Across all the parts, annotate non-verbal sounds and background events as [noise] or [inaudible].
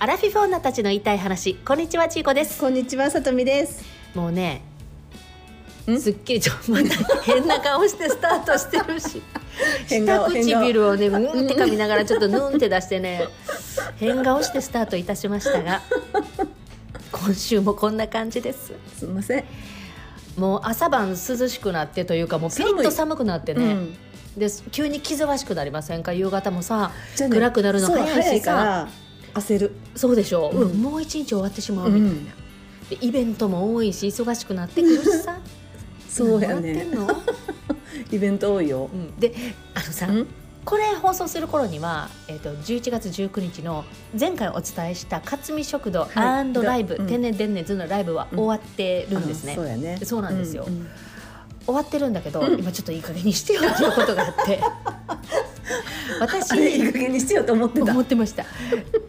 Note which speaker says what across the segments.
Speaker 1: アラフィフ女たちの言いたい話こんにちはちいこです
Speaker 2: こんにちは、さとみです。
Speaker 1: もうね
Speaker 2: ん
Speaker 1: すっきりちょまた変な顔してスタートしてるし
Speaker 2: [laughs] 変
Speaker 1: 下
Speaker 2: 顔
Speaker 1: 唇をねうんって噛みながらちょっとヌンって出してね変顔してスタートいたしました
Speaker 2: [laughs]
Speaker 1: が今週もこんな感じです
Speaker 2: すみません。
Speaker 1: もう朝晩涼しくなってというかもうピリッと寒くなって
Speaker 2: う
Speaker 1: ね、
Speaker 2: ん
Speaker 1: で急に気ぜわしくなりませんか夕方もさ
Speaker 2: じゃあね
Speaker 1: 暗くなるの
Speaker 2: そう
Speaker 1: 早いしさ
Speaker 2: から焦る。
Speaker 1: そうでしょ、う
Speaker 2: うん
Speaker 1: もう一日終わってしまう
Speaker 2: う
Speaker 1: みたいな、
Speaker 2: ん。
Speaker 1: でイベントも多いし忙しくなってくるし
Speaker 2: [laughs]
Speaker 1: さ
Speaker 2: そうや
Speaker 1: 何やって
Speaker 2: ね
Speaker 1: ん。の、
Speaker 2: イベント多いよ
Speaker 1: う。ん、であのさ、
Speaker 2: うん
Speaker 1: これ放送する頃には、えっと11月19日の前回お伝えした「勝美食堂
Speaker 2: はい
Speaker 1: ライブ、
Speaker 2: うん
Speaker 1: 天然伝熱」のライブは終わってるんですね、
Speaker 2: あそうやね。
Speaker 1: そうなんですよ
Speaker 2: ううん
Speaker 1: 終わってるんだけど、
Speaker 2: うん
Speaker 1: 今ちょっといい加減にしてよっていうことがあって
Speaker 2: [laughs] あれいい
Speaker 1: 私
Speaker 2: 加減にしてよと
Speaker 1: [laughs]
Speaker 2: 思ってた
Speaker 1: 思。ってました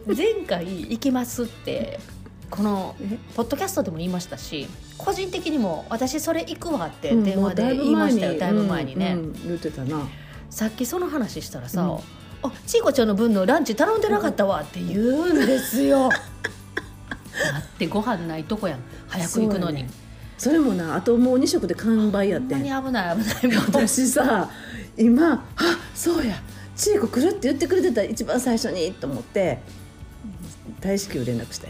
Speaker 1: 前回「行きます」ってこの
Speaker 2: え
Speaker 1: ポッドキャストでも言いましたし個人的にも「私それ行くわ」って
Speaker 2: うん
Speaker 1: 電話で言いましたよ、だいぶ前にね、
Speaker 2: うんうん言ってたな。
Speaker 1: さっきその話したらさ「
Speaker 2: うん
Speaker 1: あちいこちゃんの分のランチ頼んでなかったわ」って言うんですよ。だってご飯ないとこやん早く行くのに、
Speaker 2: そうやねそれもな、あともう二食で完売や
Speaker 1: ほ
Speaker 2: っ
Speaker 1: ん
Speaker 2: て
Speaker 1: ま
Speaker 2: ん
Speaker 1: に。危ない危ないもう
Speaker 2: 私さ今あそうや千恵子来るって言ってくれてた一番最初にと思って大至急連絡して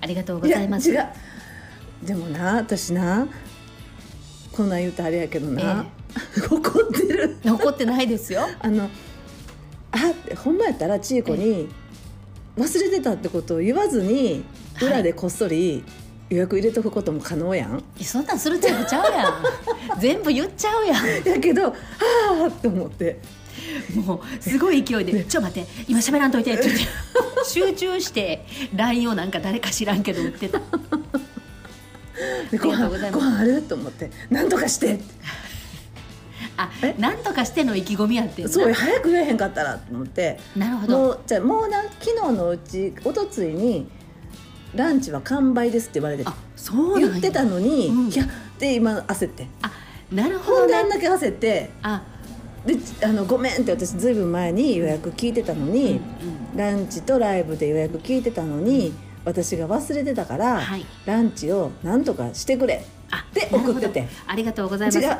Speaker 1: ありがとうございます。
Speaker 2: や違うでもな私なこんなん言うとあれやけどな、 [laughs] 怒ってる
Speaker 1: 残ってないですよ。
Speaker 2: あのあってほんまやったら千恵子に忘れてたってことを言わずに
Speaker 1: はい
Speaker 2: 裏でこっそり予約入れとくことも可能やん、
Speaker 1: いやそんなんするちゃうちゃうやん全部言っちゃうやん
Speaker 2: やけどああって思って
Speaker 1: もうすごい勢いで「ちょ待って今喋らんといて」って言って集中して LINE をなんか誰か知らんけど売ってた
Speaker 2: でご
Speaker 1: ありがと
Speaker 2: 飯
Speaker 1: うございま
Speaker 2: ご
Speaker 1: す
Speaker 2: 飯あると思ってなんとかしてって
Speaker 1: あ
Speaker 2: え
Speaker 1: なんとかしての意気込みやってんな
Speaker 2: そう早く言えへんかったらと思って
Speaker 1: なるほど
Speaker 2: もうじゃあもうな昨日のうち一昨日に「ランチは完売です」って言われて
Speaker 1: あそうなんや
Speaker 2: 言ってたのに、
Speaker 1: うん
Speaker 2: いやで今焦って
Speaker 1: あなるほ
Speaker 2: ほ
Speaker 1: ど
Speaker 2: んであ
Speaker 1: ね
Speaker 2: んだけ焦って
Speaker 1: あ
Speaker 2: であのごめんって私ずいぶん前に予約聞いてたの
Speaker 1: うんう
Speaker 2: に、
Speaker 1: ん
Speaker 2: ランチとライブで予約聞いてたのに、私が忘れてたから、
Speaker 1: はい
Speaker 2: ランチをなんとかしてくれ
Speaker 1: あ
Speaker 2: で
Speaker 1: なるほど
Speaker 2: 送ってて
Speaker 1: ありがとうございます
Speaker 2: 違う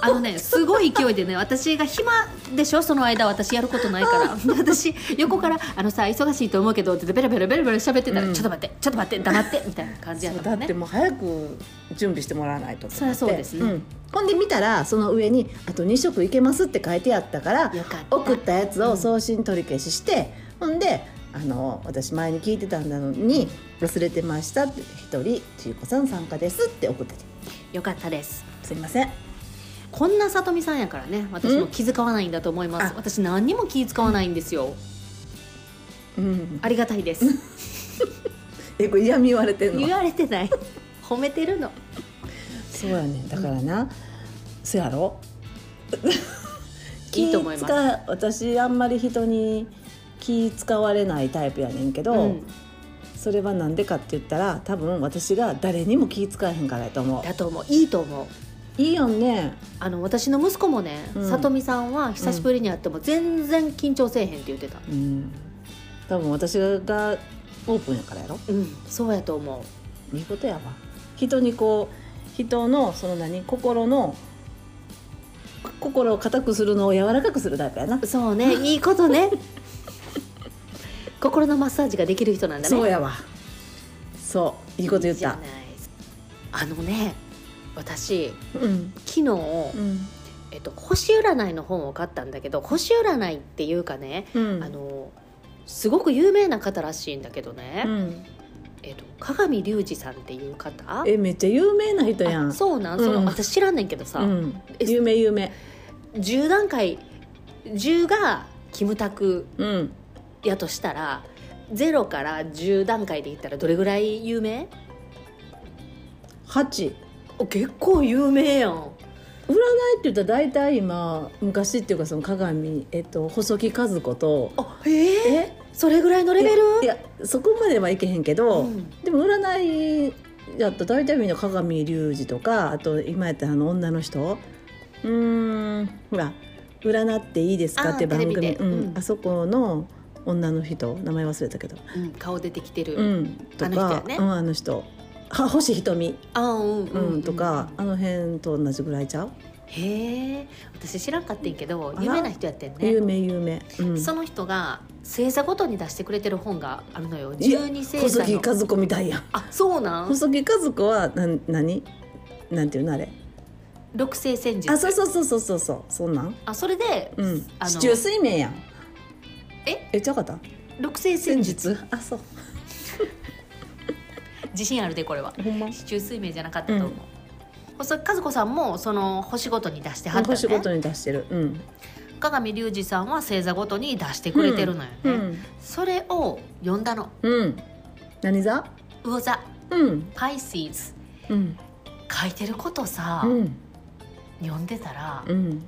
Speaker 1: あのねすごい勢いでね私が暇でしょその間私やることないから私横から「あのさ忙しいと思うけど」ってベラベラベラベラ喋ってたら、
Speaker 2: うん
Speaker 1: ちょっと待ってちょっと待って黙って」みたいな感じやっ
Speaker 2: そう
Speaker 1: たも
Speaker 2: だっ
Speaker 1: んね
Speaker 2: てもう早く準備してもらわないとと思って
Speaker 1: そりゃそうですね
Speaker 2: んほんで見たらその上に「あと2食いけます」って書いてあったから
Speaker 1: よかった
Speaker 2: 送ったやつを送信取り消しして、ほんであの私前に聞いてたんだのに忘れてましたって一人ちゆこさん参加ですって送ってて
Speaker 1: よかったです
Speaker 2: すいません
Speaker 1: こんなさとみさんやからね私も気遣わないんだと思います
Speaker 2: あ
Speaker 1: 私何にも気遣わないんですよ
Speaker 2: うん
Speaker 1: ありがたいです
Speaker 2: [laughs] えこれ嫌み言われてん
Speaker 1: 言
Speaker 2: の
Speaker 1: われてない褒めてるの
Speaker 2: そうやねだからな、そやろ
Speaker 1: いいと思います
Speaker 2: [laughs] 気使私あんまり人に気使われないタイプやねんけど、
Speaker 1: うん
Speaker 2: それはなんでかって言ったら多分私が誰にも気遣えへんからやと思
Speaker 1: だと思ういいと思う
Speaker 2: ういいよね
Speaker 1: あの私の息子もね、
Speaker 2: うん
Speaker 1: さとみさんは久しぶりに会っても全然緊張せえへんって言ってた
Speaker 2: うん多分私がオープンやからやろ
Speaker 1: うん、そうやと思
Speaker 2: いいことやわ人にこう人のその何心の心を固くするのを柔らかくするタイプやな
Speaker 1: うそうねいいことね心のマッサージができる人なんだね
Speaker 2: そうやわそういいこと言っ
Speaker 1: じゃな
Speaker 2: た
Speaker 1: いあのね私
Speaker 2: うん
Speaker 1: 昨日、
Speaker 2: うん
Speaker 1: えっと、星占いの本を買ったんだけど星占いっていうかね、
Speaker 2: うん
Speaker 1: あのすごく有名な方らしいんだけどね、
Speaker 2: うん
Speaker 1: えっと、加賀見隆二さんっていう方
Speaker 2: えめっちゃ有名な人やん
Speaker 1: あそうなんその、
Speaker 2: うん
Speaker 1: 私知らんねんけどさ、
Speaker 2: うん
Speaker 1: え
Speaker 2: 有名有名
Speaker 1: 10段階10がキムタク
Speaker 2: うん
Speaker 1: やとしたら0から10段階で言ったらどれぐらい有名
Speaker 2: 八
Speaker 1: お結構有名やん
Speaker 2: 占いって言ったら大体今昔っていうかその鏡、えっと、細木和子と
Speaker 1: あええ
Speaker 2: え
Speaker 1: それぐらいのレベル
Speaker 2: いやそこまではいけへんけど、
Speaker 1: うん
Speaker 2: でも占いやったら大体みんな鏡隆二とかあと今やったらあの女の人うーんほら「占っていいですか?」
Speaker 1: あー
Speaker 2: って番
Speaker 1: テレビ
Speaker 2: 組
Speaker 1: で
Speaker 2: うん
Speaker 1: うん
Speaker 2: あそこの女の人名前忘れたけど、
Speaker 1: うん、顔出てきてる、
Speaker 2: うん、と
Speaker 1: あの人や
Speaker 2: か
Speaker 1: ね
Speaker 2: うん、あの人は星ひとみ、
Speaker 1: あーうん
Speaker 2: うんとかあの辺と同じぐらいちゃう、
Speaker 1: へえ私知らんかってんけど
Speaker 2: あら
Speaker 1: 有名な人やってん
Speaker 2: 有
Speaker 1: ね
Speaker 2: 名有名、うん、
Speaker 1: その人が星座ごとに出してくれてる本があるのよ
Speaker 2: いや
Speaker 1: 十二星
Speaker 2: 細
Speaker 1: 座
Speaker 2: 木
Speaker 1: の
Speaker 2: 和子みたいやん
Speaker 1: あそうなん
Speaker 2: 細木和子はなん何なんていうのあれ
Speaker 1: 六星占術
Speaker 2: あそうそうそうそうそうそうそんなん
Speaker 1: あそれで、
Speaker 2: うん
Speaker 1: あ
Speaker 2: 市
Speaker 1: の
Speaker 2: 中水面やん
Speaker 1: え
Speaker 2: えちゃうかった
Speaker 1: 六星占術
Speaker 2: あそう
Speaker 1: 自信あるでこれは
Speaker 2: ほんま
Speaker 1: 市中水明じゃなかったと思う、細木和子さんもその星ごとに出してはった
Speaker 2: 星ご
Speaker 1: の
Speaker 2: と
Speaker 1: ね
Speaker 2: に出してるうん、
Speaker 1: 鏡隆二さんは星座ごとに出してくれてるのよね、
Speaker 2: うん
Speaker 1: それを読んだの
Speaker 2: うん何座
Speaker 1: 魚座
Speaker 2: うん
Speaker 1: パイシーズ
Speaker 2: うん
Speaker 1: 書いてることさ、
Speaker 2: うん
Speaker 1: 読んでたら、
Speaker 2: うん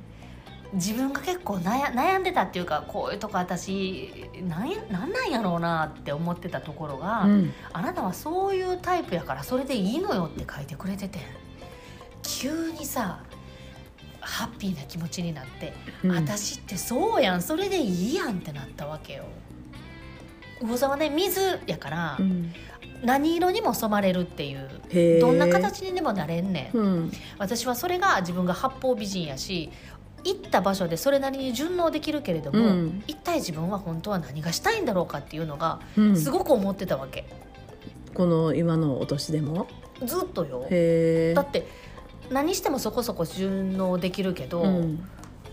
Speaker 1: 自分が結構悩悩んでたっていうかこういうとこ私なんやなんなんやろうなって思ってたところが、
Speaker 2: うん
Speaker 1: あなたはそういうタイプやからそれでいいのよって書いてくれてて急にさハッピーな気持ちになって、私ってそうやんそれでいいやんってなったわけよ。魚座はね水やから、
Speaker 2: うん
Speaker 1: 何色にも染まれるっていう
Speaker 2: へー
Speaker 1: どんな形にでもなれんねん。
Speaker 2: うん
Speaker 1: 私はそれが自分が八方美人やし行った場所でそれなりに順応できるけれども、
Speaker 2: うん
Speaker 1: 一体自分は本当は何がしたいんだろうかっていうのが
Speaker 2: うん
Speaker 1: すごく思ってたわけ、
Speaker 2: この今のお年でも
Speaker 1: ずっとよ
Speaker 2: へえ
Speaker 1: だって何してもそこそこ順応できるけど、
Speaker 2: うん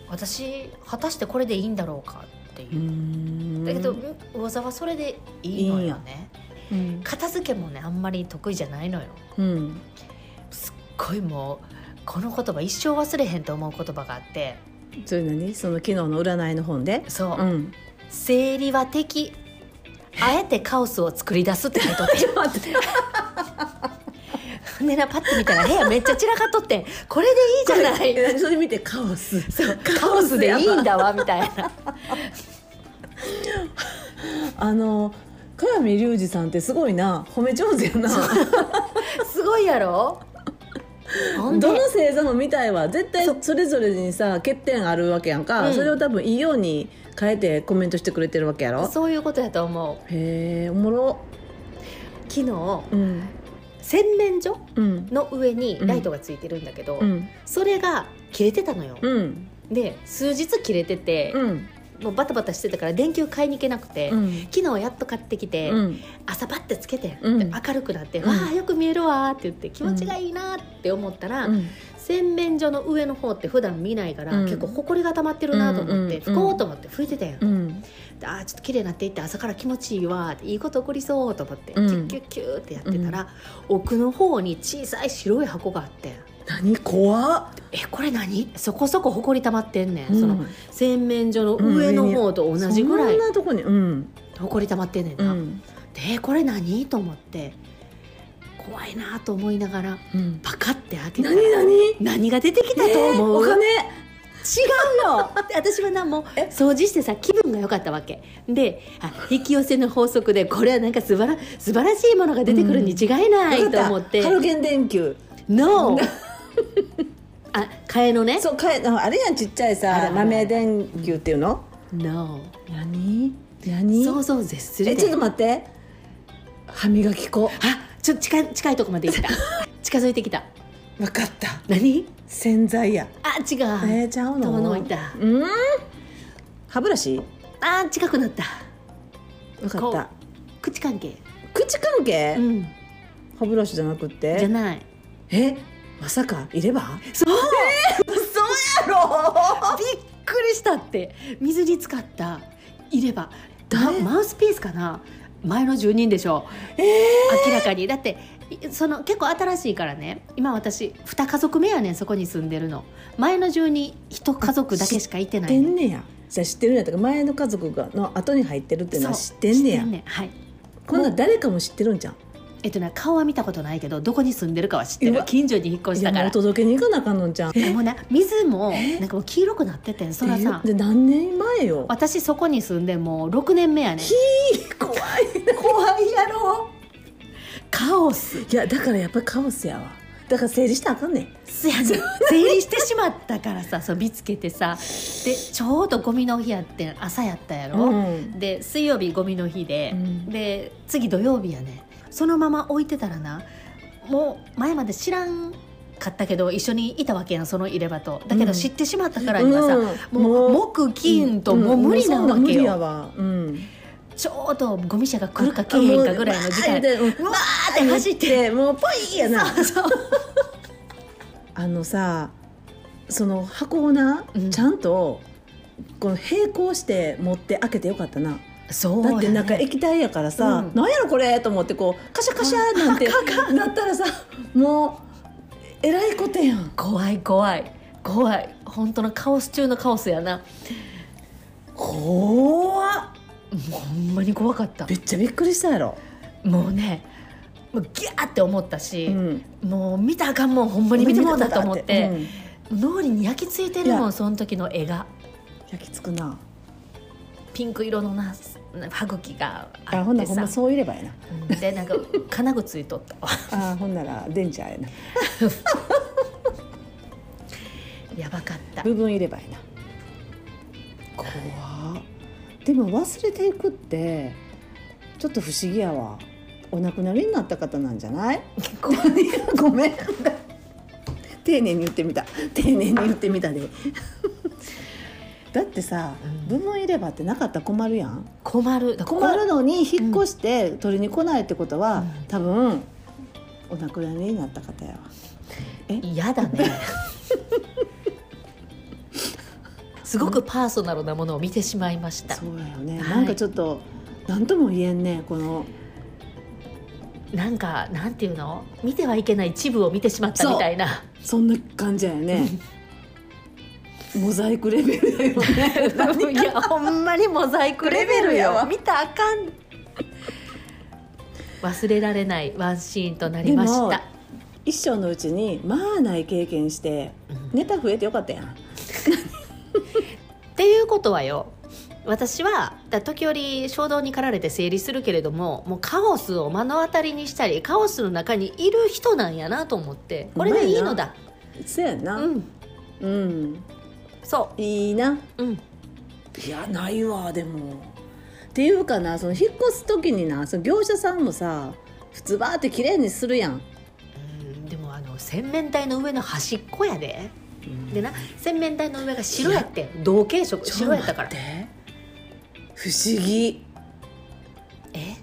Speaker 1: 私果たしてこれでいいんだろうかっていうう、
Speaker 2: ん
Speaker 1: だけど魚座はそれでいいのよね
Speaker 2: うん
Speaker 1: 片付けもねあんまり得意じゃないのよ
Speaker 2: うん
Speaker 1: すっごいもうこの言葉一生忘れへんと思う言葉があって
Speaker 2: それ何その昨日の占いの本で
Speaker 1: そう、
Speaker 2: うん
Speaker 1: 生理は敵あえてカオスを作り出すって書いとって [laughs] ちょっと待ってねなパッて見たら部屋めっちゃ散らかっとってこれでいいじゃない
Speaker 2: えそれ見てカオス
Speaker 1: そう [laughs] カオスでいいんだわみたいな
Speaker 2: あの鏡隆二さんってすごいな褒め上手やな
Speaker 1: [laughs] すごいやろほんで
Speaker 2: どの星座も見たいわ絶対それぞれにさ欠点あるわけやんか、
Speaker 1: うん
Speaker 2: それを多分いいように変えてコメントしてくれてるわけやろ
Speaker 1: そういうことやと思う
Speaker 2: へえおもろ
Speaker 1: 昨日
Speaker 2: うん
Speaker 1: 洗面所
Speaker 2: うん
Speaker 1: の上にライトがついてるんだけど、
Speaker 2: うん
Speaker 1: それが切れてたのよ、
Speaker 2: うん
Speaker 1: で数日切れてて
Speaker 2: う、ん
Speaker 1: もうバタバタしてたから電球買いに行けなくて、
Speaker 2: うん
Speaker 1: 昨日やっと買ってきて、
Speaker 2: うん
Speaker 1: 朝パッてつけて、
Speaker 2: うん
Speaker 1: で明るくなって「
Speaker 2: うん
Speaker 1: わあよく見えるわ」って言って気持ちがいいなって思ったら、
Speaker 2: うん
Speaker 1: 洗面所の上の方って普段見ないから、
Speaker 2: うん
Speaker 1: 結構ほこりが溜まってるなと思って、
Speaker 2: うん
Speaker 1: 拭こうと思って拭いてたやん、
Speaker 2: うん
Speaker 1: でああちょっと綺麗になっていって朝から気持ちいいわーっていいこと起こりそうと思って、
Speaker 2: うん
Speaker 1: キュッキュッキュッってやってたら、奥の方に小さい白い箱があって
Speaker 2: 何怖っ
Speaker 1: 「えこれ何?」そこそこほこり溜まってんねん、そ
Speaker 2: うん
Speaker 1: の洗面所の上の方と同じぐらい
Speaker 2: そんなとこにうん
Speaker 1: ほこり溜まってんねん
Speaker 2: う
Speaker 1: な。
Speaker 2: ん
Speaker 1: でこれ何と思って怖いなと思いながら
Speaker 2: うん
Speaker 1: パカって開けたら
Speaker 2: 何何
Speaker 1: 何が出てきたと思
Speaker 2: お
Speaker 1: う、違
Speaker 2: 金
Speaker 1: うよ
Speaker 2: [laughs]
Speaker 1: で私はなもう
Speaker 2: え
Speaker 1: 掃除してさ気分が良かったわけであ引き寄せの法則でこれはなんか素晴ら素晴らしいものが出てくるに違いない
Speaker 2: わ
Speaker 1: と
Speaker 2: か
Speaker 1: 思って
Speaker 2: ハロゲン電球
Speaker 1: 「NO」あ替えのね
Speaker 2: そうかえあれやんちっち
Speaker 1: あ
Speaker 2: ゃい
Speaker 1: るあ
Speaker 2: さ
Speaker 1: る
Speaker 2: 豆電球っていうの
Speaker 1: 「NO
Speaker 2: 何」何
Speaker 1: 想像を絶する
Speaker 2: えちょっと
Speaker 1: で
Speaker 2: 待って歯磨き粉わ
Speaker 1: あちょっと近い近いとこまで [laughs] 行った近づいてきた
Speaker 2: かった
Speaker 1: 何
Speaker 2: 洗剤や
Speaker 1: あ違う、
Speaker 2: えー、ちゃうの
Speaker 1: 遠のいた
Speaker 2: うん歯ブラシ
Speaker 1: あー近くなった
Speaker 2: わかった
Speaker 1: 口関係
Speaker 2: 口関係、
Speaker 1: うん
Speaker 2: 歯ブラシじゃなくっ
Speaker 1: じゃ
Speaker 2: て
Speaker 1: ない
Speaker 2: えまさかいれば
Speaker 1: そう
Speaker 2: やろ
Speaker 1: びっくりしたって水に浸かったいればだ
Speaker 2: 誰
Speaker 1: マウスピースかな前の住人でしょ
Speaker 2: え
Speaker 1: 明らかにだっていその結構新しいからね今私2家族目やねんそこに住んでるの前の住人1家族だけしかいてな
Speaker 2: ー、知っ
Speaker 1: い
Speaker 2: て
Speaker 1: ねん
Speaker 2: んねやじゃあ知ってるんやったから前の家族がの後に入ってるっていうのは知
Speaker 1: そう
Speaker 2: ってんねや
Speaker 1: 知っはい
Speaker 2: こんなん誰かも知ってるんじゃん
Speaker 1: えっとね顔は見たことないけどどこに住んでるかは知って
Speaker 2: う
Speaker 1: る
Speaker 2: わ
Speaker 1: 近所に引っ越し
Speaker 2: で
Speaker 1: たか
Speaker 2: も
Speaker 1: ら
Speaker 2: お届けに行かなあかんのんじゃん
Speaker 1: でもな水も
Speaker 2: え
Speaker 1: なんかもう黄色くなっててんそらさ
Speaker 2: でで何年前よ
Speaker 1: 私そこに住んでもう6年目やねん
Speaker 2: ひ怖い怖いやろ
Speaker 1: カオス
Speaker 2: いやだからやっぱりカオスやわだから整理したらあかんねん
Speaker 1: すやねん整理してしまったからさそう見つけてさでちょうどゴミの日やってん朝やったやろ、
Speaker 2: うん
Speaker 1: で水曜日ゴミの日で、
Speaker 2: うん
Speaker 1: で次土曜日やねそのまま置いてたらなもう前まで知らんかったけど一緒にいたわけやんその入れ歯とだけど
Speaker 2: うん
Speaker 1: 知ってしまったからにはさ、もう木金ともう無理なわ
Speaker 2: もうそん無
Speaker 1: け
Speaker 2: 理
Speaker 1: よ、
Speaker 2: やわうん
Speaker 1: ちょうどゴミ車が来るか来へんかぐらいの時間
Speaker 2: あもうわーって
Speaker 1: うわーって走って
Speaker 2: てもうポイやな
Speaker 1: そうそう
Speaker 2: あのさその箱をな、
Speaker 1: うん
Speaker 2: ちゃんとこの並行して持って開けてよかったな
Speaker 1: そうや
Speaker 2: だって
Speaker 1: ね
Speaker 2: 中液体やからさ、
Speaker 1: うん
Speaker 2: なんやろこれと思ってこうカシャカシャなんてなったらさもうえらいことやん
Speaker 1: 怖い怖い怖い本当のカオス中のカオスやな
Speaker 2: 怖っ
Speaker 1: もうほんまに怖かった
Speaker 2: めっちゃびっくりしたやろ、
Speaker 1: もうねもうギャーって思ったし、
Speaker 2: ん、
Speaker 1: もう見たらあかんもんほんまに見てもうたと思って
Speaker 2: うん
Speaker 1: 脳裏に焼き付いてる
Speaker 2: い
Speaker 1: も
Speaker 2: や
Speaker 1: んその時の絵が
Speaker 2: 焼きつくな
Speaker 1: ピンク色のな歯茎があ
Speaker 2: あほ
Speaker 1: っ
Speaker 2: んな
Speaker 1: て
Speaker 2: らほん
Speaker 1: さ
Speaker 2: まそういればやな
Speaker 1: うんでなんか金具ついとったわ
Speaker 2: あほんならデンジャーやな
Speaker 1: やばか
Speaker 2: [laughs]
Speaker 1: った
Speaker 2: 部分入ればいいな怖っでも忘れていくってちょっと不思議やわお亡くなりになった方なんじゃない [laughs]
Speaker 1: 怖
Speaker 2: いやごめん [laughs] 丁寧に言ってみた丁寧に言ってみたで [laughs] だってさ、
Speaker 1: うん
Speaker 2: 部分入れ歯ってなかったら困るやん
Speaker 1: 困るだから
Speaker 2: 困るのに引っ越して取りに来ないってことは、
Speaker 1: うん
Speaker 2: 多分お亡くなりになった方やわ
Speaker 1: 嫌だねすごくパーソナルなものを見てしまいました
Speaker 2: そうやよね、
Speaker 1: はい
Speaker 2: なんかちょっと何とも言えんねこの
Speaker 1: なんかなんていうの見てはいけない一部を見てしまったみたいな
Speaker 2: そんな感じやよね。モザイクレベルだよ
Speaker 1: [laughs] い
Speaker 2: ね。
Speaker 1: やほんまにモザイクレベル
Speaker 2: レベルや
Speaker 1: よ
Speaker 2: わ
Speaker 1: 見たらあかん忘れられないワンシーンとなり
Speaker 2: で
Speaker 1: まし
Speaker 2: も
Speaker 1: た
Speaker 2: 一生のうちにまあない経験してネタ増えてよかったやん。
Speaker 1: っていうことはよ私はだ時折衝動に駆られて整理するけれどももうカオスを目の当たりにしたりカオスの中にいる人なんやなと思ってこれでいいのだ
Speaker 2: そやな。
Speaker 1: う
Speaker 2: うん、
Speaker 1: んそ
Speaker 2: いいな。
Speaker 1: ううん
Speaker 2: いやないわでも。っていうかなその引っ越す時になその業者さんもさ普通バーって綺麗にするやん。
Speaker 1: うんでもあの洗面台の上の端っこやででな洗面台の上が白やってん同系色
Speaker 2: ちょ
Speaker 1: 白やったから
Speaker 2: 待って不思議。
Speaker 1: え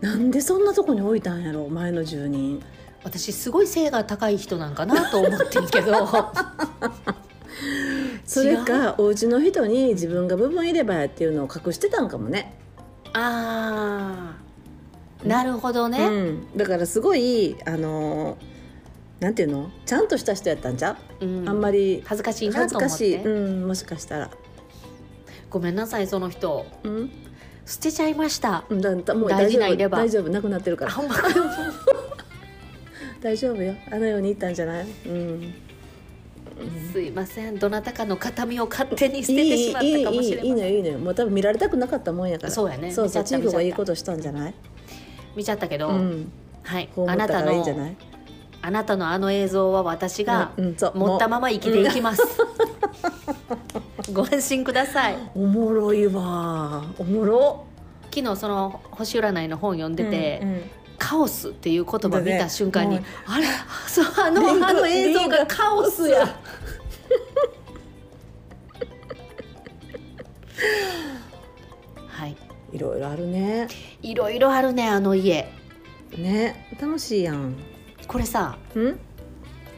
Speaker 2: なんでそんなとこに置いたんやろ前の住人。
Speaker 1: 私すごい背が高い人なんかなと思ってんけど
Speaker 2: それかお家の人に自分が部分入れ歯やっていうのを隠してたんかもね
Speaker 1: あーなるほどね、
Speaker 2: うん、だからすごいあのーなんていうのちゃんとした人やったんじゃ、
Speaker 1: うん
Speaker 2: あんまり
Speaker 1: 恥ずかしいな
Speaker 2: 恥ず
Speaker 1: と思
Speaker 2: か
Speaker 1: っ
Speaker 2: しい
Speaker 1: て、
Speaker 2: うん、もしかしたら、
Speaker 1: ごめんなさいその人
Speaker 2: うん、
Speaker 1: 捨てちゃいました
Speaker 2: うんだだもう
Speaker 1: 大
Speaker 2: 大
Speaker 1: 事
Speaker 2: 丈
Speaker 1: な入れ歯
Speaker 2: 夫大丈夫なくなってるか
Speaker 1: あ
Speaker 2: ら
Speaker 1: ほんま
Speaker 2: 大丈夫よあのように言ったんじゃない、うん、
Speaker 1: すいませんどなたかの形見を勝手に捨て
Speaker 2: い
Speaker 1: て
Speaker 2: いいい
Speaker 1: しまったかもしれません
Speaker 2: いいいいのよいいのよもう多分見られたくなかったもんやから
Speaker 1: そうやね
Speaker 2: そう
Speaker 1: 見ちゃ
Speaker 2: そう
Speaker 1: った
Speaker 2: チー
Speaker 1: 見ちゃった
Speaker 2: がいいことしたんじゃない、
Speaker 1: 見ちゃったけど、
Speaker 2: うん、
Speaker 1: はい
Speaker 2: こう思
Speaker 1: あ
Speaker 2: っ
Speaker 1: な
Speaker 2: た
Speaker 1: た
Speaker 2: らいいんじゃ
Speaker 1: の
Speaker 2: ない
Speaker 1: あなたのあの映像は私が
Speaker 2: うんうんそう
Speaker 1: 持ったまま生きていきます、ご安心ください
Speaker 2: おもろいわおもろ
Speaker 1: 昨日その星占いの本読んでて、
Speaker 2: うんうん
Speaker 1: カオスっていう言葉見た瞬間に、
Speaker 2: だね
Speaker 1: あれ [laughs] そうあの
Speaker 2: リンク
Speaker 1: あの映像
Speaker 2: リ
Speaker 1: が
Speaker 2: ンク
Speaker 1: カオスやはい
Speaker 2: いろいろあるね。
Speaker 1: いろいろあるねあの家
Speaker 2: ね、楽しいやん。
Speaker 1: これさ
Speaker 2: うん？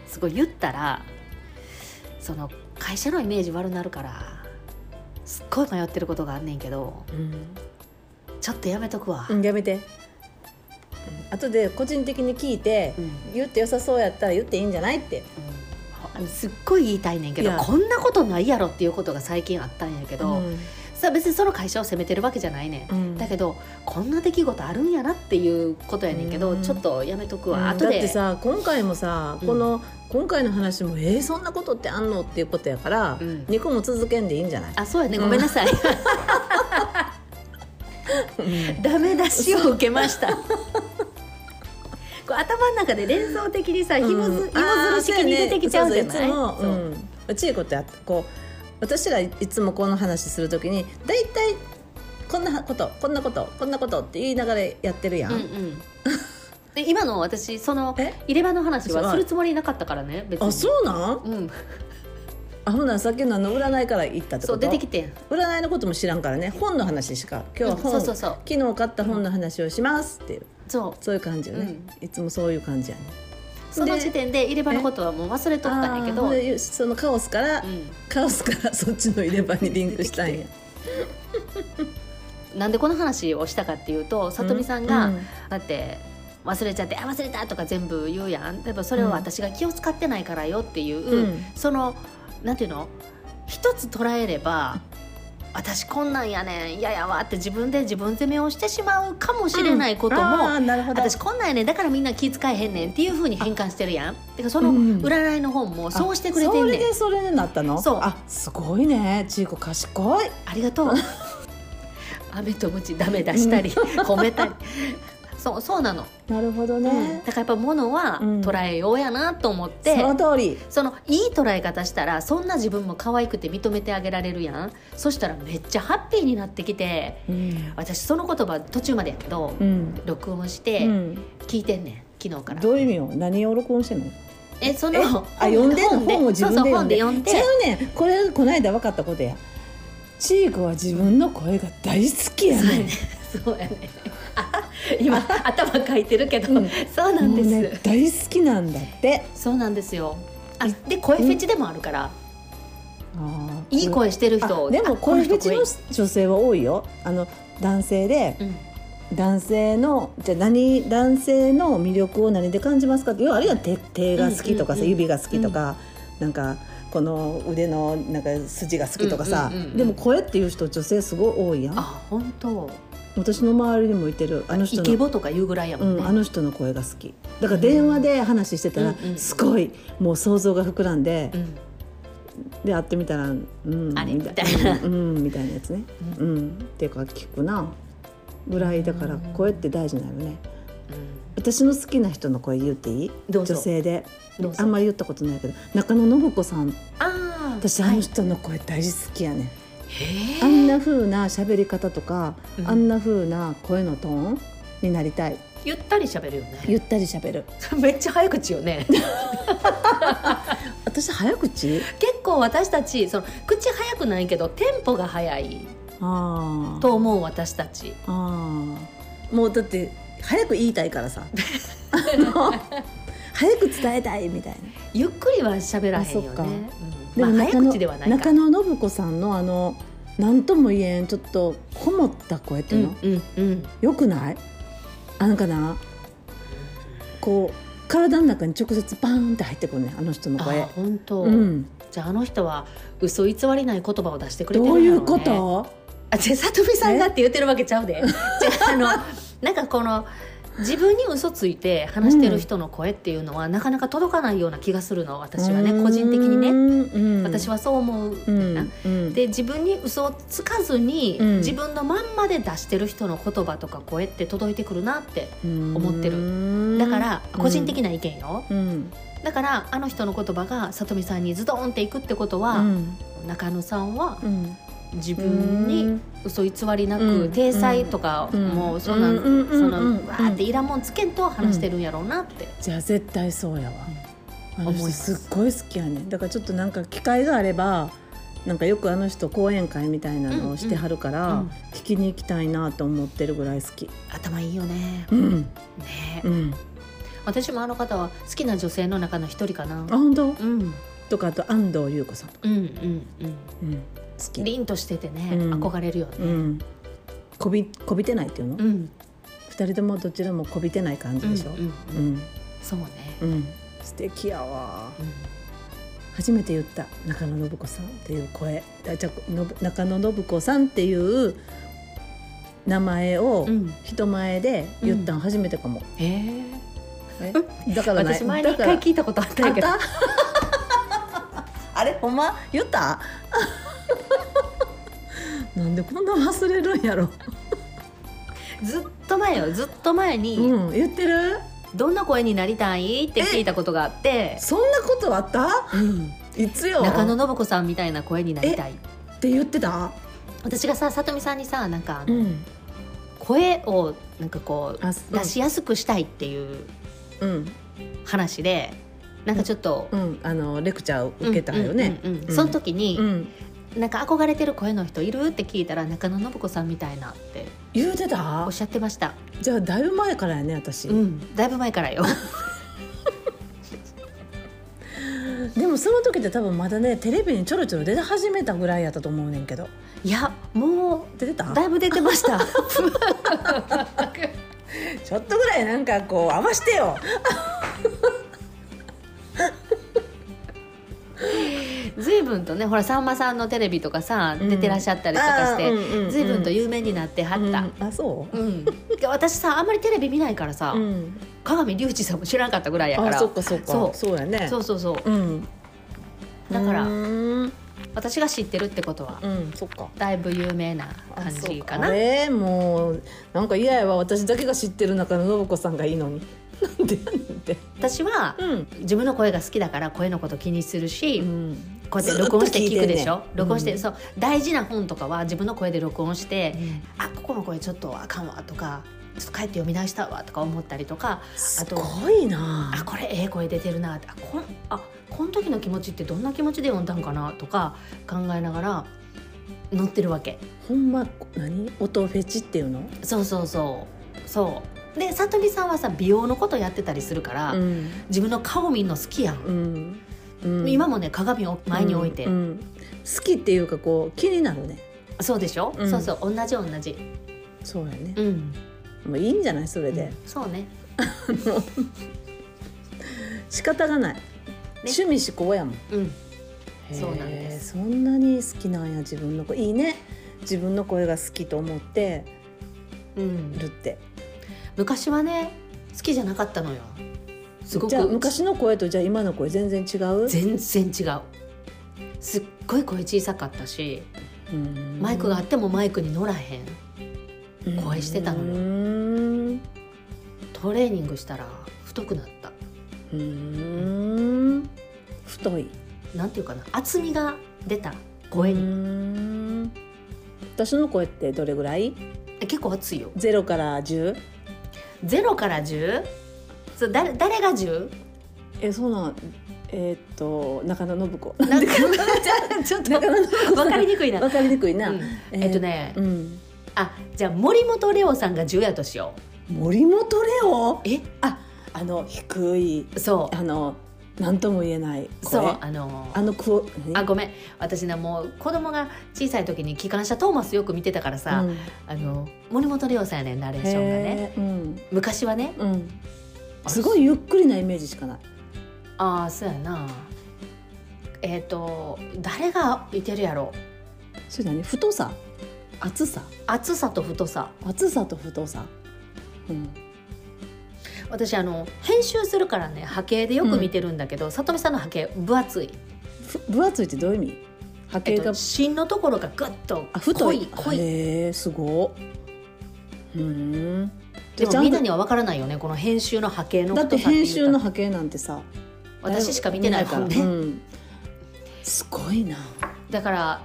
Speaker 1: すごい言ったらその会社のイメージ悪なるからすっごい迷ってることがあんねんけどちょっとやめとくわ、
Speaker 2: うん、やめて。うん後で個人的に聞いて、
Speaker 1: うん
Speaker 2: 言って良さそうやったら言っていいんじゃないって。
Speaker 1: うんすっごい言いたいねんけど
Speaker 2: いや
Speaker 1: こんなことないやろっていうことが最近あったんやけど、さ別にその会社を責めてるわけじゃないねん、
Speaker 2: うん
Speaker 1: だけどこんな出来事あるんやなっていうことやねんけど、
Speaker 2: うん
Speaker 1: ちょっとやめとく
Speaker 2: う
Speaker 1: わ、
Speaker 2: ん
Speaker 1: 後
Speaker 2: だっ
Speaker 1: で
Speaker 2: てさ、今回もさ、
Speaker 1: うん
Speaker 2: この今回の話もえー、そんなことってあんのっていうことやから、
Speaker 1: うん
Speaker 2: 二個も続けんでいいんじ
Speaker 1: [laughs]
Speaker 2: ゃない？
Speaker 1: あそうやね
Speaker 2: うん
Speaker 1: ごめんなさい、 [laughs] ダメ出しを受けました
Speaker 3: こう頭の中で連想的にさひも
Speaker 2: うん
Speaker 3: ず
Speaker 2: あ
Speaker 3: 紐づ
Speaker 2: ー
Speaker 3: る式に出てきちゃうじゃ
Speaker 2: そ
Speaker 3: ない
Speaker 2: う
Speaker 3: そ
Speaker 2: そういつも、う、
Speaker 3: うん
Speaker 2: うちいことやってこう私らいつもこの話するときに大体こんなことこんなことこんなことって言いながらやってるやん、
Speaker 1: うんうんで今の私その
Speaker 2: え
Speaker 1: 入れ歯の話はするつもりなかったからね別に
Speaker 2: あそうなん
Speaker 1: うん
Speaker 2: あほなさっきのあの占いから行ったってこ
Speaker 1: そ
Speaker 2: と
Speaker 1: う出てきてん
Speaker 2: 占いのことも知らんからね本の話しか今日は本、
Speaker 1: うんそうそうそう
Speaker 2: 昨日買った本の話をしますっていう
Speaker 1: そう
Speaker 2: そういう感じよね、いつもそういう感じやね
Speaker 1: その時点で入れ歯のことはもう忘れとったんやけ
Speaker 2: あ
Speaker 1: ど
Speaker 2: ーほんでそのカオスから、
Speaker 1: う
Speaker 2: カオスからそっちの入れ歯にリンクしたんや
Speaker 1: んなんでこの話をしたかっていうとさとみさんが、
Speaker 2: う
Speaker 1: だって忘れちゃって「あ忘れた!」とか全部言うやんでもそれは私が気を使ってないからよっていう、
Speaker 2: うん
Speaker 1: そのなんていうの一つ捉えれば「私こんなんやねん嫌やわ」って自分で自分責めをしてしまうかもしれないことも、
Speaker 2: あーなるほど
Speaker 1: 私こんなんやねんだからみんな気遣えへんねんっていうふうに変換してるやん。てかその
Speaker 2: うん
Speaker 1: 占いの本もそうしてくれてんねん
Speaker 2: あ。それでそれでなったの
Speaker 1: そう
Speaker 2: あすごいねちいこ賢い
Speaker 1: ありが [laughs] とう。雨とムチダメ出したり、褒めたり。 [laughs] そう、そうなの。
Speaker 2: なるほど
Speaker 1: うんだからやっぱ物は
Speaker 2: うん
Speaker 1: 捉えようやなと思って、
Speaker 2: その通り
Speaker 1: そのいい捉え方したらそんな自分も可愛くて認めてあげられるやんそしたらめっちゃハッピーになってきて
Speaker 2: うん、
Speaker 1: 私その言葉途中までやけど、
Speaker 2: うん
Speaker 1: 録音して
Speaker 2: うん
Speaker 1: 聞いてんねん昨日から
Speaker 2: どういう意味よ何を録音してんの
Speaker 1: えそ
Speaker 2: え
Speaker 1: の
Speaker 2: あ読んでんの
Speaker 1: 本で
Speaker 2: 本を自分で
Speaker 1: そうそう
Speaker 2: 読ん
Speaker 1: 本で
Speaker 2: で
Speaker 1: 読んで
Speaker 2: 違うねんこれこの間分かったことやちいこは自分の声が大好きや
Speaker 1: そうや
Speaker 2: ねん
Speaker 1: ねそうやねあ今頭かいてるけど、
Speaker 2: うん
Speaker 1: そうなんです、
Speaker 2: もうね大好きなんだって
Speaker 1: そうなんですよあ
Speaker 2: い
Speaker 1: で声フェチでもあるから、
Speaker 2: あー
Speaker 1: いい声してる人
Speaker 2: あでも
Speaker 1: この
Speaker 2: 声フ
Speaker 1: 人
Speaker 2: ェチの女性は多いよあの男性で
Speaker 1: 声いいうん
Speaker 2: 男性のじゃあ何男性の魅力を何で感じますかって要はあるいは手手が好きとかさ、
Speaker 1: うんうんうん
Speaker 2: 指が好きとか、なんかこの腕のなんか筋が好きとかさ、
Speaker 1: うんうんうんうん
Speaker 2: でも声っていう人女性すごい多いやん
Speaker 1: あ本当
Speaker 2: 私の周りにもいてるあの
Speaker 1: イ
Speaker 2: 人
Speaker 1: ケ
Speaker 2: の。
Speaker 1: ボとか言うぐらいやも
Speaker 2: うんん、
Speaker 1: ね、
Speaker 2: あの人の声が好きだから電話で話してたら、
Speaker 1: うんうん
Speaker 2: すごいもう想像が膨らんで、
Speaker 1: うん
Speaker 2: で会ってみたらうん
Speaker 1: あれ
Speaker 2: みた
Speaker 1: みたいな
Speaker 2: うんうんみたいなやつね、
Speaker 1: う
Speaker 2: うんっていうか聞くなぐらいだから声って大事なのね、私の好きな人の声言っていい
Speaker 1: どうぞ
Speaker 2: 女性で
Speaker 1: どうぞ
Speaker 2: あんまり言ったことないけど中野信子さん
Speaker 1: ああ
Speaker 2: 私あの人の声大好きやね、
Speaker 1: へ
Speaker 2: んあん
Speaker 1: え
Speaker 2: な風な喋り方とか、
Speaker 1: うん
Speaker 2: あんな風な声のトーンになりたい
Speaker 1: ゆったり喋るよね
Speaker 2: ゆったり喋る
Speaker 1: めっちゃ早口よ [laughs] ね
Speaker 2: 私早口
Speaker 1: 結構私たちその口早くないけどテンポが早い
Speaker 2: ああ
Speaker 1: と思う私たち
Speaker 2: ああもうだって早く言いたいからさ [laughs] あの早く伝えたいみたいな
Speaker 1: ゆっくりは喋らへんよ
Speaker 2: あそっか
Speaker 1: ね、う
Speaker 2: でも
Speaker 1: んまあ、
Speaker 2: 中
Speaker 1: 早
Speaker 2: 野
Speaker 1: 口ではない
Speaker 2: 中
Speaker 1: から
Speaker 2: 野信子さんのあの何とも言えんちょっとこもった声って
Speaker 1: う
Speaker 2: い
Speaker 1: ん
Speaker 2: うの、
Speaker 1: うんうん
Speaker 2: よくないあなんかなこう体の中に直接バーンって入ってくるねあの人の
Speaker 1: あ
Speaker 2: 声
Speaker 1: 本当、
Speaker 2: うん
Speaker 1: じゃああの人は嘘偽りない言葉を出してくれてる
Speaker 2: ど
Speaker 1: んだ
Speaker 2: うい
Speaker 1: ろう、
Speaker 2: う
Speaker 1: ね、
Speaker 2: こと
Speaker 1: あ、じゃあさとみさんがって言ってるわけちゃう
Speaker 2: [laughs]
Speaker 1: で。じゃああのなんかこの自分に嘘ついて話してる人の声っていうのは、なかなか届かないような気がするの私はね個人的にね
Speaker 2: ね
Speaker 1: 私
Speaker 2: は
Speaker 1: はそう思う、
Speaker 2: うん
Speaker 1: な
Speaker 2: うん
Speaker 1: で自分に嘘をつかずに、
Speaker 2: うん
Speaker 1: 自分のまんまで出してる人の言葉とか声って届いてくるなって思ってる
Speaker 2: る
Speaker 1: だから、個人
Speaker 2: に
Speaker 1: 的な意見よ
Speaker 2: うん
Speaker 1: だからあの人の言葉がさとみさんにズドンっていくってこと
Speaker 2: う
Speaker 1: は、
Speaker 2: ん
Speaker 1: 中野さんは
Speaker 2: うん
Speaker 1: 自分に嘘偽りなく、
Speaker 2: うん
Speaker 1: 体裁とか、
Speaker 2: うん
Speaker 1: もうそんなん、
Speaker 2: うんうんうん
Speaker 1: その、
Speaker 2: うん
Speaker 1: わーっていらんもんつけんと話してるんやろうなって、
Speaker 2: じゃあ絶対そうやわ、あ
Speaker 1: 思
Speaker 2: の
Speaker 1: い
Speaker 2: 人
Speaker 1: ます
Speaker 2: すっごい好きやねだからちょっとなんか機会があればなんかよくあの人講演会みたいなのをしてはるから、
Speaker 1: うんうん
Speaker 2: 聞きに行きたいなと思ってるぐらい好き
Speaker 1: 頭いいよね
Speaker 2: うん
Speaker 1: ね
Speaker 2: うん
Speaker 1: 私もあの方は好きな女性の中の一人かな
Speaker 2: あ本当
Speaker 1: うんうん
Speaker 2: とかあと安藤優子さんとか、
Speaker 1: うんうん
Speaker 2: うん、好き
Speaker 1: 凛としててね、
Speaker 2: うん
Speaker 1: 憧れるよ
Speaker 2: う
Speaker 1: ね
Speaker 2: んこびこびてないっていうの、
Speaker 1: う
Speaker 2: 二
Speaker 1: んうん
Speaker 2: 人ともどちらもこびてない感
Speaker 1: う
Speaker 2: じ
Speaker 1: ん
Speaker 2: でしょ
Speaker 1: う
Speaker 2: うんん
Speaker 1: そうね、
Speaker 2: うん、素敵やわ
Speaker 1: うん
Speaker 2: 初めて言った中野信子さんっていう声あじゃあのぶ中野信子さんっていう名前を
Speaker 1: うん
Speaker 2: 人前で言ったん初めてかも、
Speaker 1: へえ
Speaker 2: えだからない
Speaker 1: 私前に一
Speaker 2: だから
Speaker 1: 回聞いたことあったんやけど
Speaker 2: あった [laughs] あれほんま言った [laughs] なんでこんな忘れるんやろ、
Speaker 1: ずっと前よずっと前に、
Speaker 2: うん、言ってる
Speaker 1: どんな声になりたいって聞いたことがあって、
Speaker 2: そんなことあった
Speaker 1: うん
Speaker 2: いつよ
Speaker 1: 中野信子さんみたいな声になりたい
Speaker 2: って言ってた
Speaker 1: 私がささとみさんにさなんかあの
Speaker 2: ん
Speaker 1: 声をなんかこ
Speaker 2: あ
Speaker 1: う出しやすくしたいっていう
Speaker 2: うん
Speaker 1: 話でなんかちょっと
Speaker 2: うんあのレクチャーを受けたよね
Speaker 1: うんうんうんうん
Speaker 2: うん
Speaker 1: その時に、
Speaker 2: うん
Speaker 1: なんか憧れてる声の人いるって聞いたら中野信子さんみたいなって
Speaker 2: 言うてた
Speaker 1: おっしゃってました
Speaker 2: じゃあだいぶ前からやね私
Speaker 1: うんだいぶ前から
Speaker 2: [laughs]
Speaker 1: よ
Speaker 2: でもその時って多分まだねテレビにちょろちょろ出て始めたぐらいやったと思うねんけど
Speaker 1: いやも
Speaker 2: 出てた
Speaker 1: うだいぶ出てました
Speaker 2: ちょっとぐらいなんかこう合わしてよ
Speaker 1: [laughs] 随分とねほらさんまさんのテレビとかさ
Speaker 2: うん
Speaker 1: 出てらっしゃったりとかして、
Speaker 2: あーうんうんうん
Speaker 1: 随分と有名になってはった、
Speaker 2: うんあそう
Speaker 1: うんで私さあんまりテレビ見ないからさ、
Speaker 2: うん
Speaker 1: 鏡隆一さんも知らなかったぐらいやから
Speaker 2: あそっかそっか
Speaker 1: そう
Speaker 2: そうやね
Speaker 1: そうそうそう
Speaker 2: うん
Speaker 1: だから
Speaker 2: うん
Speaker 1: 私が知ってるってことは
Speaker 2: うんそっか
Speaker 1: だいいぶ有名な
Speaker 2: あ
Speaker 1: 感じか
Speaker 2: そう
Speaker 1: な
Speaker 2: えーもうなんか嫌やわ私だけが知ってる中の信子さんがいいのになんでやねんって
Speaker 1: 私は
Speaker 2: うん
Speaker 1: 自分の声が好きだから声のこと気にするし、
Speaker 2: うん
Speaker 1: こうやって録音して聞くでしょ、
Speaker 2: ずっと聞いてんねん
Speaker 1: 録音して、
Speaker 2: うん
Speaker 1: そう大事な本とかは自分の声で録音して、あここの声ちょっとあかんわとかちょっと帰って読み直したわとか思ったりとか
Speaker 2: すごいな
Speaker 1: あこれええ声出てるなってあこんあこの時の気持ちってどんな気持ちで読んだんかなとか考えながら乗ってるわけ
Speaker 2: ほんま何音フェチっていうの
Speaker 1: そうそうそうそうでさとみさんはさ美容のことやってたりするから、
Speaker 2: ん
Speaker 1: 自分の顔見んの好きやん、
Speaker 2: うんうん
Speaker 1: 今もね鏡を前に置いて、
Speaker 2: うんうん好きっていうかこう気になるね
Speaker 1: そうでしょ、
Speaker 2: うん
Speaker 1: そうそう同じ同じ
Speaker 2: そうやね
Speaker 1: うん
Speaker 2: もういいんじゃないそれで、
Speaker 1: そうね
Speaker 2: 仕方がない、趣味思考やもん
Speaker 1: うんそうなんです
Speaker 2: へーそんなに好きなんや自分の声いいね自分の声が好きと思って
Speaker 1: うん
Speaker 2: るって
Speaker 1: 昔はね好きじゃなかったのよすご
Speaker 2: じゃあ
Speaker 1: く
Speaker 2: 昔の声とじゃあ今の声全然違う
Speaker 1: 全然違うすっごい声小さかったし
Speaker 2: うん
Speaker 1: マイクがあってもマイクに乗らへん声してたのよ
Speaker 2: うん
Speaker 1: トレーニングしたら太くなった
Speaker 2: うん太い
Speaker 1: なんていうかな厚みが出た声
Speaker 2: う
Speaker 1: に
Speaker 2: ん私の声ってどれぐらい
Speaker 1: え結構厚いよ
Speaker 2: ゼロから十
Speaker 1: 0から 10? そう誰誰が 10?
Speaker 2: えそうなんえーっと [laughs] 中野信子
Speaker 1: なんかちょっ
Speaker 2: 中野信子
Speaker 1: と分かりにくいな、
Speaker 2: わかりにくいな、
Speaker 1: うんえっとね、
Speaker 2: うん
Speaker 1: あじゃあ森本レオさんが10やとしよ
Speaker 2: 森本レオ
Speaker 1: うえ
Speaker 2: あの低い
Speaker 1: そう
Speaker 2: あの何とも言えない声
Speaker 1: そうあの
Speaker 2: あのクオ
Speaker 1: あごめん私なもう子供が小さい時に機関車トーマスよく見てたからさ、
Speaker 2: うん、
Speaker 1: あの森本レオさんやねんナレーションがね
Speaker 2: へーうん
Speaker 1: 昔はね
Speaker 2: うんすごいゆっくりなイメージしかない
Speaker 1: ああそうやなえっ、と誰がいてるやろ
Speaker 2: それ何太さ厚さ
Speaker 1: 厚さと太さ
Speaker 2: 厚さと太さ、うん、
Speaker 1: 私あの編集するからね波形でよく見てるんだけど、さとみさんの波形分厚い、
Speaker 2: ふ分厚いってどういう意味波
Speaker 1: えっ
Speaker 2: 形が、
Speaker 1: と、芯のところがグッと
Speaker 2: あ
Speaker 1: 濃
Speaker 2: 太
Speaker 1: い
Speaker 2: い
Speaker 1: 濃い
Speaker 2: へえすごいうん
Speaker 1: で
Speaker 2: ちゃん
Speaker 1: も
Speaker 2: と
Speaker 1: みんなには分からないよねこの編集の波形の
Speaker 2: だ
Speaker 1: 太
Speaker 2: って
Speaker 1: さいうか
Speaker 2: 編集の波形なんてさ
Speaker 1: 私しか見てないからね、
Speaker 2: うんすごいな
Speaker 1: だから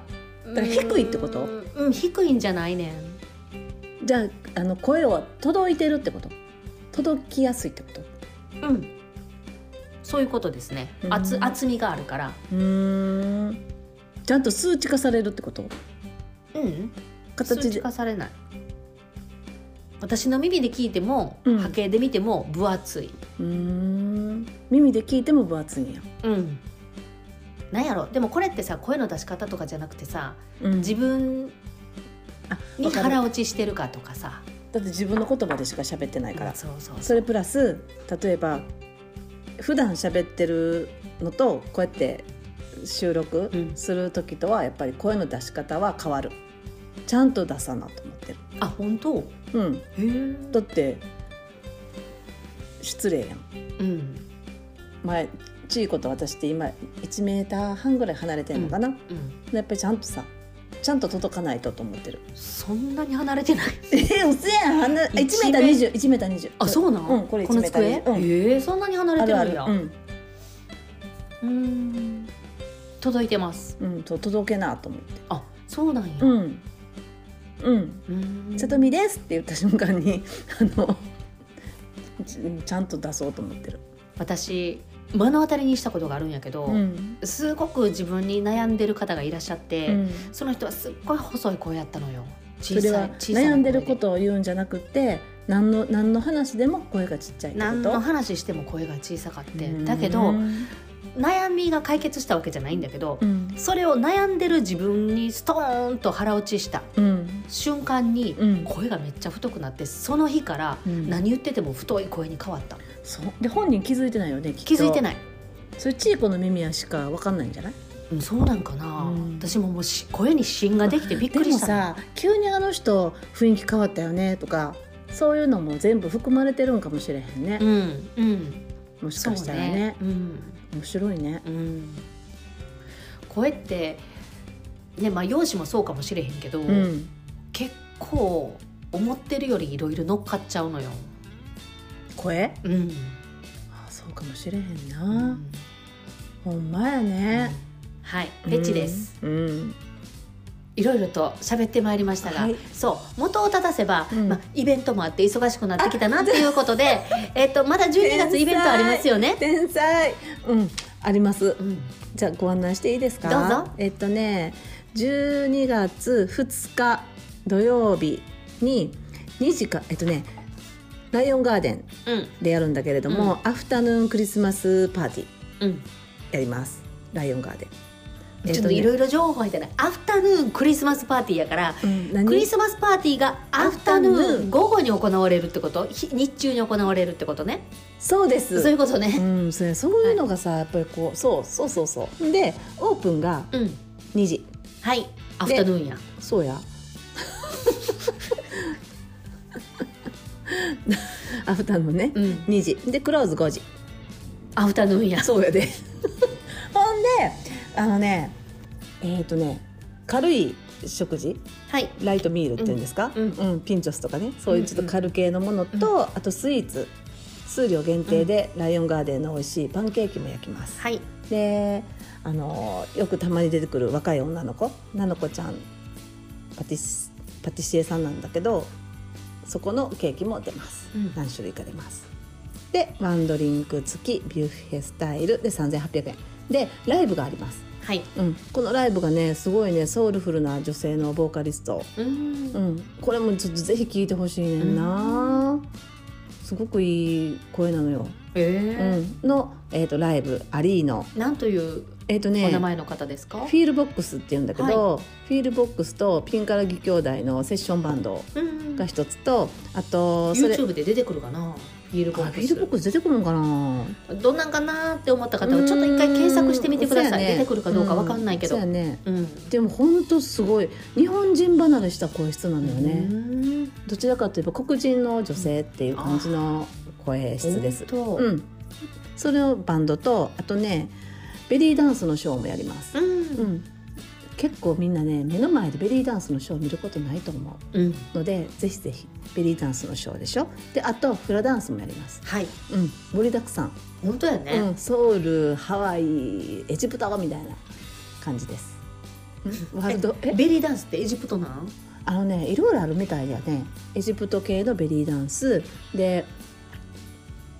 Speaker 1: だ
Speaker 2: から低いってこと
Speaker 1: うん低いんじゃないねん
Speaker 2: じゃああの声は届いてるってこと届きやすいってこと
Speaker 1: うんそういうことですね
Speaker 2: うん
Speaker 1: 厚厚みがあるから
Speaker 2: うーんちゃんと数値化されるってこと
Speaker 1: うん
Speaker 2: 形
Speaker 1: 数値
Speaker 2: で
Speaker 1: 化されない私の耳で聞いても、
Speaker 2: うん
Speaker 1: 波形で見ても分厚いう
Speaker 2: ーん耳で聞いても分厚いんや、
Speaker 1: うんなんやろでもこれってさ声の出し方とかじゃなくてさ
Speaker 2: うん
Speaker 1: 自分
Speaker 2: あ
Speaker 1: に
Speaker 2: わかる
Speaker 1: 腹落ちしてるかとかさ
Speaker 2: だって自分の言葉でしか喋ってないから
Speaker 1: そうそう
Speaker 2: それプラス例えば普段喋ってるのとこうやって収録
Speaker 1: うん
Speaker 2: する時とはやっぱり声の出し方は変わるちゃんと出さなと思ってる
Speaker 1: あ本当へ
Speaker 2: うん
Speaker 1: え
Speaker 2: だって失礼やん
Speaker 1: うん
Speaker 2: 前ちいこと私って今1メーター半ぐらい離れてんのかな、
Speaker 1: うん
Speaker 2: やっぱりちゃんとさちゃんと届かないとと思ってる
Speaker 1: そんなに離れてない
Speaker 2: [laughs] えうせやんあんな1メーター20 1メーター20
Speaker 1: [laughs] あそうな
Speaker 2: うんんこれ
Speaker 1: この
Speaker 2: 1メーター
Speaker 1: 机、
Speaker 2: 20うん
Speaker 1: ええそんなに離れ
Speaker 2: あ
Speaker 1: て
Speaker 2: る
Speaker 1: る
Speaker 2: あ
Speaker 1: ん
Speaker 2: る
Speaker 1: や
Speaker 2: うん
Speaker 1: うーん届いてます
Speaker 2: うんそう届けなと思って
Speaker 1: あそうなんや
Speaker 2: うんうん
Speaker 1: うーん
Speaker 2: さとみですって言った瞬間にあのちちゃんと出そうと思ってる。
Speaker 1: 私目の当たりにしたことがあるんやけど、
Speaker 2: ん
Speaker 1: すごく自分に悩んでる方がいらっしゃって、
Speaker 2: うん
Speaker 1: その人はすっごい細い声やったのよ小
Speaker 2: それ
Speaker 1: さ
Speaker 2: はい
Speaker 1: 小さな声
Speaker 2: 悩んでることを言うんじゃなくて何の何の話でも声がちっちゃいってこ
Speaker 1: 何の
Speaker 2: と
Speaker 1: 話しても声が小さかって
Speaker 2: うん
Speaker 1: だけ
Speaker 2: う
Speaker 1: ど
Speaker 2: ん
Speaker 1: 悩みが解決したわけじゃないんだけど、それを悩んでる自分にストーンと腹落ちした
Speaker 2: うん
Speaker 1: 瞬間に
Speaker 2: うん
Speaker 1: 声がめっちゃ太くなってその日から
Speaker 2: うん
Speaker 1: 何言ってても太い声に変わった
Speaker 2: そうで本人気づいてないよねきっと
Speaker 1: 気づいて
Speaker 2: い
Speaker 1: ない、
Speaker 2: それちいこの耳やしかわかんないんじゃない
Speaker 1: うん、そうなんかな、
Speaker 2: うん
Speaker 1: 私ももうし声に芯ができてびっ
Speaker 2: で
Speaker 1: くり
Speaker 2: も
Speaker 1: したの
Speaker 2: さ急にあの人雰囲気変わったよねとかそういうのも全部含まれてるんかもしれへんね
Speaker 1: う、んうん
Speaker 2: もし
Speaker 1: そう
Speaker 2: かしたらね
Speaker 1: ねうん
Speaker 2: 面白いね
Speaker 1: うん声ってねまあ容姿もそうかもしれへんけど、
Speaker 2: うん
Speaker 1: 結構思ってるよりいろいろ乗っかっちゃうのよ。
Speaker 2: 声
Speaker 1: うん、
Speaker 2: あそうかもしれへんな、
Speaker 1: うん
Speaker 2: ほんまやね、
Speaker 1: はい、フェチです。
Speaker 2: うん、うん
Speaker 1: いろいろと喋ってまいりましたが、
Speaker 2: はい
Speaker 1: そう元を立たせば、
Speaker 2: うん
Speaker 1: まあイベントもあって忙しくなってきたなということで、えっとまだ12月イベントありますよね。
Speaker 2: 天才うんあります
Speaker 1: うん、
Speaker 2: じゃあご案内していいですか
Speaker 1: どうぞ
Speaker 2: えっとね12月2日土曜日に2時かえっとねライオンガーデン
Speaker 1: うん、
Speaker 2: でやるんだけれども、アフタヌーンクリスマスパーティー
Speaker 1: うん。
Speaker 2: やりますライオンガーデンえっ
Speaker 1: ちょ
Speaker 2: と
Speaker 1: っと
Speaker 2: ね
Speaker 1: いろいろ情報入ってない。アフタヌーンクリスマスパーティーやから。
Speaker 2: うん
Speaker 1: クリ
Speaker 2: 何
Speaker 1: スマスパーティーがアフタヌ
Speaker 2: アフタヌ
Speaker 1: ー
Speaker 2: ー
Speaker 1: ン
Speaker 2: ン
Speaker 1: 午後に行われるってことひ日中に行われるってことね
Speaker 2: そうです
Speaker 1: そういうこと
Speaker 2: う
Speaker 1: ね
Speaker 2: ん、それそういうのがさ、やっぱりこうそうそうそうそうでオープンが
Speaker 1: うん
Speaker 2: 2時
Speaker 1: はいアフタヌーンや
Speaker 2: そうや [laughs] アフタヌーンね、
Speaker 1: うん
Speaker 2: 2時でクローズ5時
Speaker 1: アフタヌーンや
Speaker 2: そうやでほんであのねえっ、とね軽い食事
Speaker 1: はい
Speaker 2: ライトミールっていうんですか、
Speaker 1: うん
Speaker 2: ピンチョスとかねそういうちょっと軽系のものと、あとスイーツ数量限定でライオンガーデンの美味しいパンケーキも焼きます、
Speaker 1: はい
Speaker 2: であのよくたまに出てくる若い女の子なのこちゃんパティスパティシエさんなんだけどそこのケーキも出ます、
Speaker 1: うん
Speaker 2: 何種類か出ますでワンドリンク付きビュッフェスタイルで3800円でライブがあります、
Speaker 1: はい
Speaker 2: うん、このライブがねすごいねソウルフルな女性のボーカリスト、
Speaker 1: うーん
Speaker 2: うん、これもちょっとぜひ聴いてほしいねんな、すごくいい声なのよ、
Speaker 1: えー
Speaker 2: うん、の、えー、とライブアリーノ
Speaker 1: なんという
Speaker 2: えっ、と
Speaker 1: お
Speaker 2: ね
Speaker 1: 名前の方ですか、
Speaker 2: フィールボックスって言うんだけど、フィールボックスとピンカラギ兄弟のセッションバンド
Speaker 1: うん
Speaker 2: が一つとあとそれ
Speaker 1: YouTube で出てくるかなフィール
Speaker 2: あフ
Speaker 1: ボッ
Speaker 2: ィールボッ
Speaker 1: ク
Speaker 2: クス出てくるのかな
Speaker 1: スどんなんかなーって思った方はちょっと一回検索してみてください、
Speaker 2: うんそうやね
Speaker 1: 出てくるかどうかわかんないけど
Speaker 2: うそうやね
Speaker 1: うん
Speaker 2: でも本当すごい日本人離れした声質なのよね、
Speaker 1: ね
Speaker 2: どちらかといえば黒人の女性っていう感じの声質です
Speaker 1: と
Speaker 2: うんそれをバンドとあとねベリーダンスのショーもやります、
Speaker 1: うん
Speaker 2: うん結構みんなね目の前でベリーダンスのショー見ることないと思う
Speaker 1: うん
Speaker 2: のでぜひぜひベリーダンスのショーでしょであとフラダンスもやります
Speaker 1: はい
Speaker 2: うん盛りだくさん、
Speaker 1: 本当やね、
Speaker 2: うん、ソウルハワイエジプトみたいな感じですうんワールドえ
Speaker 1: ベリーダンスってエジプトなん
Speaker 2: あのねいろいろあるみたいだねエジプト系のベリーダンスで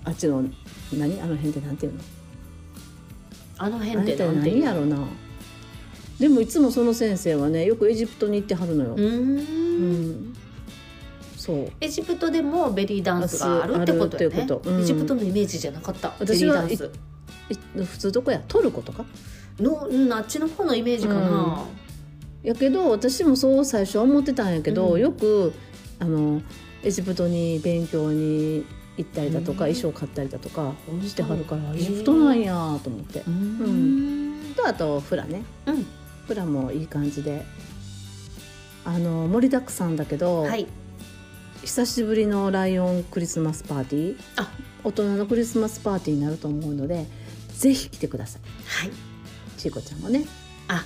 Speaker 2: あっちの何あの辺ってなんていうの
Speaker 1: あの
Speaker 2: あの
Speaker 1: 辺
Speaker 2: 辺っ
Speaker 1: って
Speaker 2: て
Speaker 1: なんて
Speaker 2: 何
Speaker 1: いう
Speaker 2: やろなでもいつもその先生はねよくエジプトに行ってはるの
Speaker 1: う
Speaker 2: よ、う
Speaker 1: ーん
Speaker 2: ん、そう
Speaker 1: エジプトでもベリーダンスがあるってことや
Speaker 2: あるっ
Speaker 1: ね
Speaker 2: てことうん
Speaker 1: エジプトのイメージじゃなかったベリ
Speaker 2: 私
Speaker 1: ー
Speaker 2: は
Speaker 1: ダンス
Speaker 2: え普通どこやトルコとか
Speaker 1: の、うん、あっちの方のイメージかな、
Speaker 2: やけど私もそう最初は思ってたんやけど、
Speaker 1: うん
Speaker 2: よくあのエジプトに勉強に行ったりだとか、
Speaker 1: うん
Speaker 2: 衣装買ったりだとか
Speaker 1: 本当
Speaker 2: してはるから
Speaker 1: へー
Speaker 2: エジプトなんやと思って、
Speaker 1: うーん
Speaker 2: とあとフラね
Speaker 1: うん
Speaker 2: フラもいい感じであの盛りだくさんだけど、
Speaker 1: はい
Speaker 2: 久しぶりのライオンクリスマスパーティー
Speaker 1: あ
Speaker 2: 大人のクリスマスパーティーになると思うのでぜひ来てください
Speaker 1: はい
Speaker 2: ちいこちゃんもね
Speaker 1: あ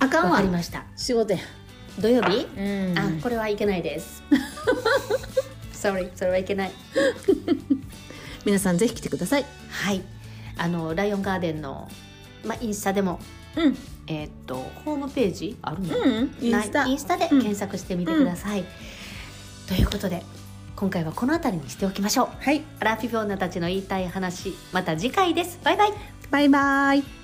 Speaker 2: あかん
Speaker 1: わ
Speaker 2: わ
Speaker 1: かりました
Speaker 2: 仕事や
Speaker 1: 土曜日、
Speaker 2: うん
Speaker 1: あこれはいけないです [laughs] sorry それはいけない
Speaker 2: 皆さんぜひ来てください。
Speaker 1: はいあのライオンガーデンの、まあ、インスタでも
Speaker 2: うん、
Speaker 1: えーっとホームページあるの、
Speaker 2: うん、インスタ
Speaker 1: ないインスタで検索してみてください、ということで今回はこの辺りにしておきましょう
Speaker 2: はい、
Speaker 1: アラフィフ女たちの言いたい話また次回ですバイバイ
Speaker 2: バイバイ。